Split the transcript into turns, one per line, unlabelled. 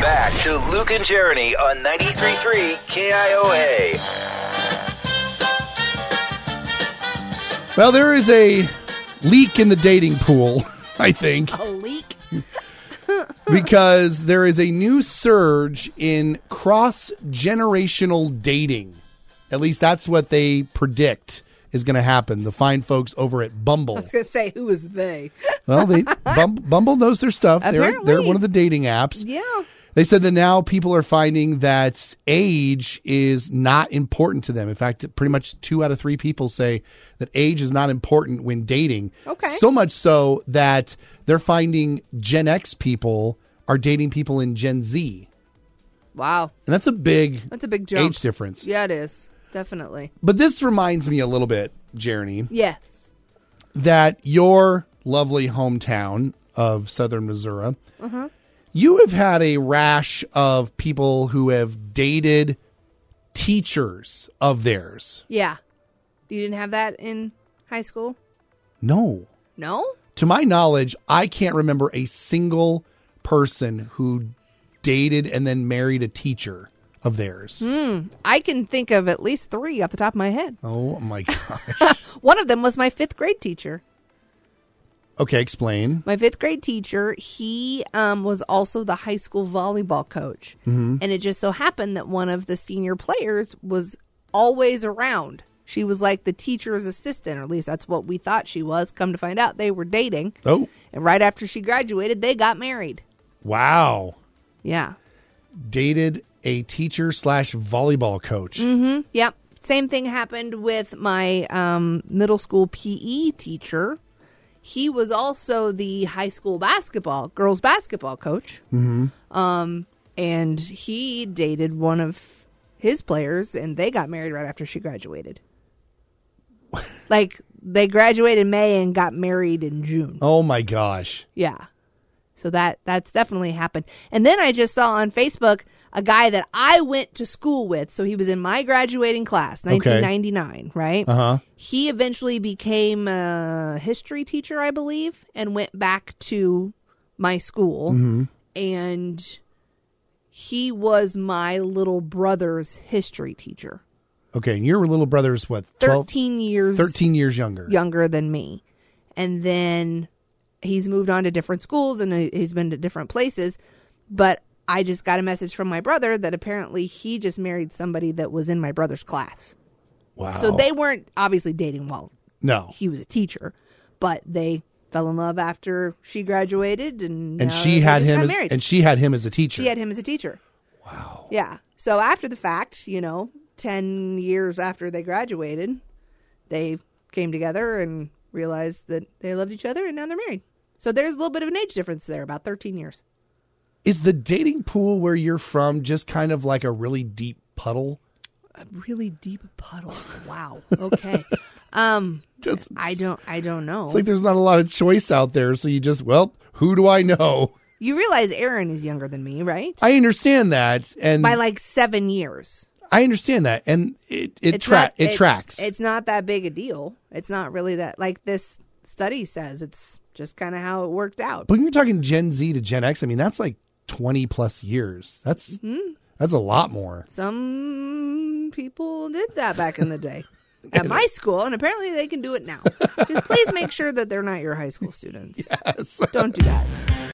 Back to Luke and Jeremy on 93.3 KIOA.
Well, there is a leak in the dating pool, I think,
A leak?
because there is a new surge in cross generational dating. At least that's what they predict is going to happen. The fine folks over at Bumble.
I was gonna say who is they?
Well, they Bum, Bumble knows their stuff. They're, they're
Apparently.
one of the dating apps.
Yeah.
They said that now people are finding that age is not important to them. In fact, pretty much two out of three people say that age is not important when dating.
Okay.
So much so that they're finding Gen X people are dating people in Gen Z.
Wow,
And that's a big
that's a big jump.
age difference.
Yeah, it is definitely.
But this reminds me a little bit, Jeremy,
Yes.
that your lovely hometown of southern Missouri, you have had a rash of people who have dated teachers of theirs.
Yeah. You didn't have that in high school?
No.
No.
To my knowledge, I can't remember a single person who dated and then married a teacher of theirs.
I can think of at least three off the top of my head.
Oh my gosh.
One of them was my fifth grade teacher.
okay, explain.
My fifth grade teacher, he um, was also the high school volleyball coach. And it just so happened that one of the senior players was always around. She was like the teacher's assistant, or at least that's what we thought she was. Come to find out, they were dating.
Oh,
And right after she graduated, they got married.
wow.
Yeah.
Dated a teacher slash volleyball coach.
Yep. Same thing happened with my um, middle school PE teacher. He was also the high school basketball, girls basketball coach. Mm-hmm. Um, and he dated one of his players, and they got married right after she graduated. like they graduated in May and got married in June.
Oh my gosh.
Yeah. So that that's definitely happened. And then I just saw on Facebook a guy that I went to school with. So he was in my graduating class, 1999, right?
Uh-huh.
He eventually became a history teacher, I believe, and went back to my school. And he was my little brother's history teacher.
Okay, and your little brother is what, 12?
13 years
13 years younger.
younger than me. And then he's moved on to different schools and he- he's been to different places. But I just got a message from my brother that apparently he just married somebody that was in my brother's class.
Wow.
So they weren't obviously dating while
no.
he was a teacher, but they fell in love after she graduated and
And
now
she
they
had
just
him
got
as,
married.
and she had him as a teacher.
she had him as a teacher.
wow.
Yeah. So after the fact, you know, 10 years after they graduated, they came together and realized that they loved each other and now they're married. So there's a little bit of an age difference there, about 13 years.
Is the dating pool where you're from just kind of like a really deep puddle?
A really deep puddle. Wow. Okay. um
Just
I don't I don't know.
It's like there's not a lot of choice out there, so you just, well, who do I know?
you realize Aaron is younger than me, right?
I understand that and
By like 7 years.
I understand that and it it
It's
tra-
not-
it
it's-
tracks.
It's not that big a deal. It's not really that like this study says it's just kind of how it worked out.
but when you're talking Gen Z to Gen X, I mean that's like 20 plus years. That's
Mm-hmm.
that's a lot more.
Some people did that back in the day at my school, and apparently they can do it now. Just please make sure that they're not your high school students. Yes. Don't do that.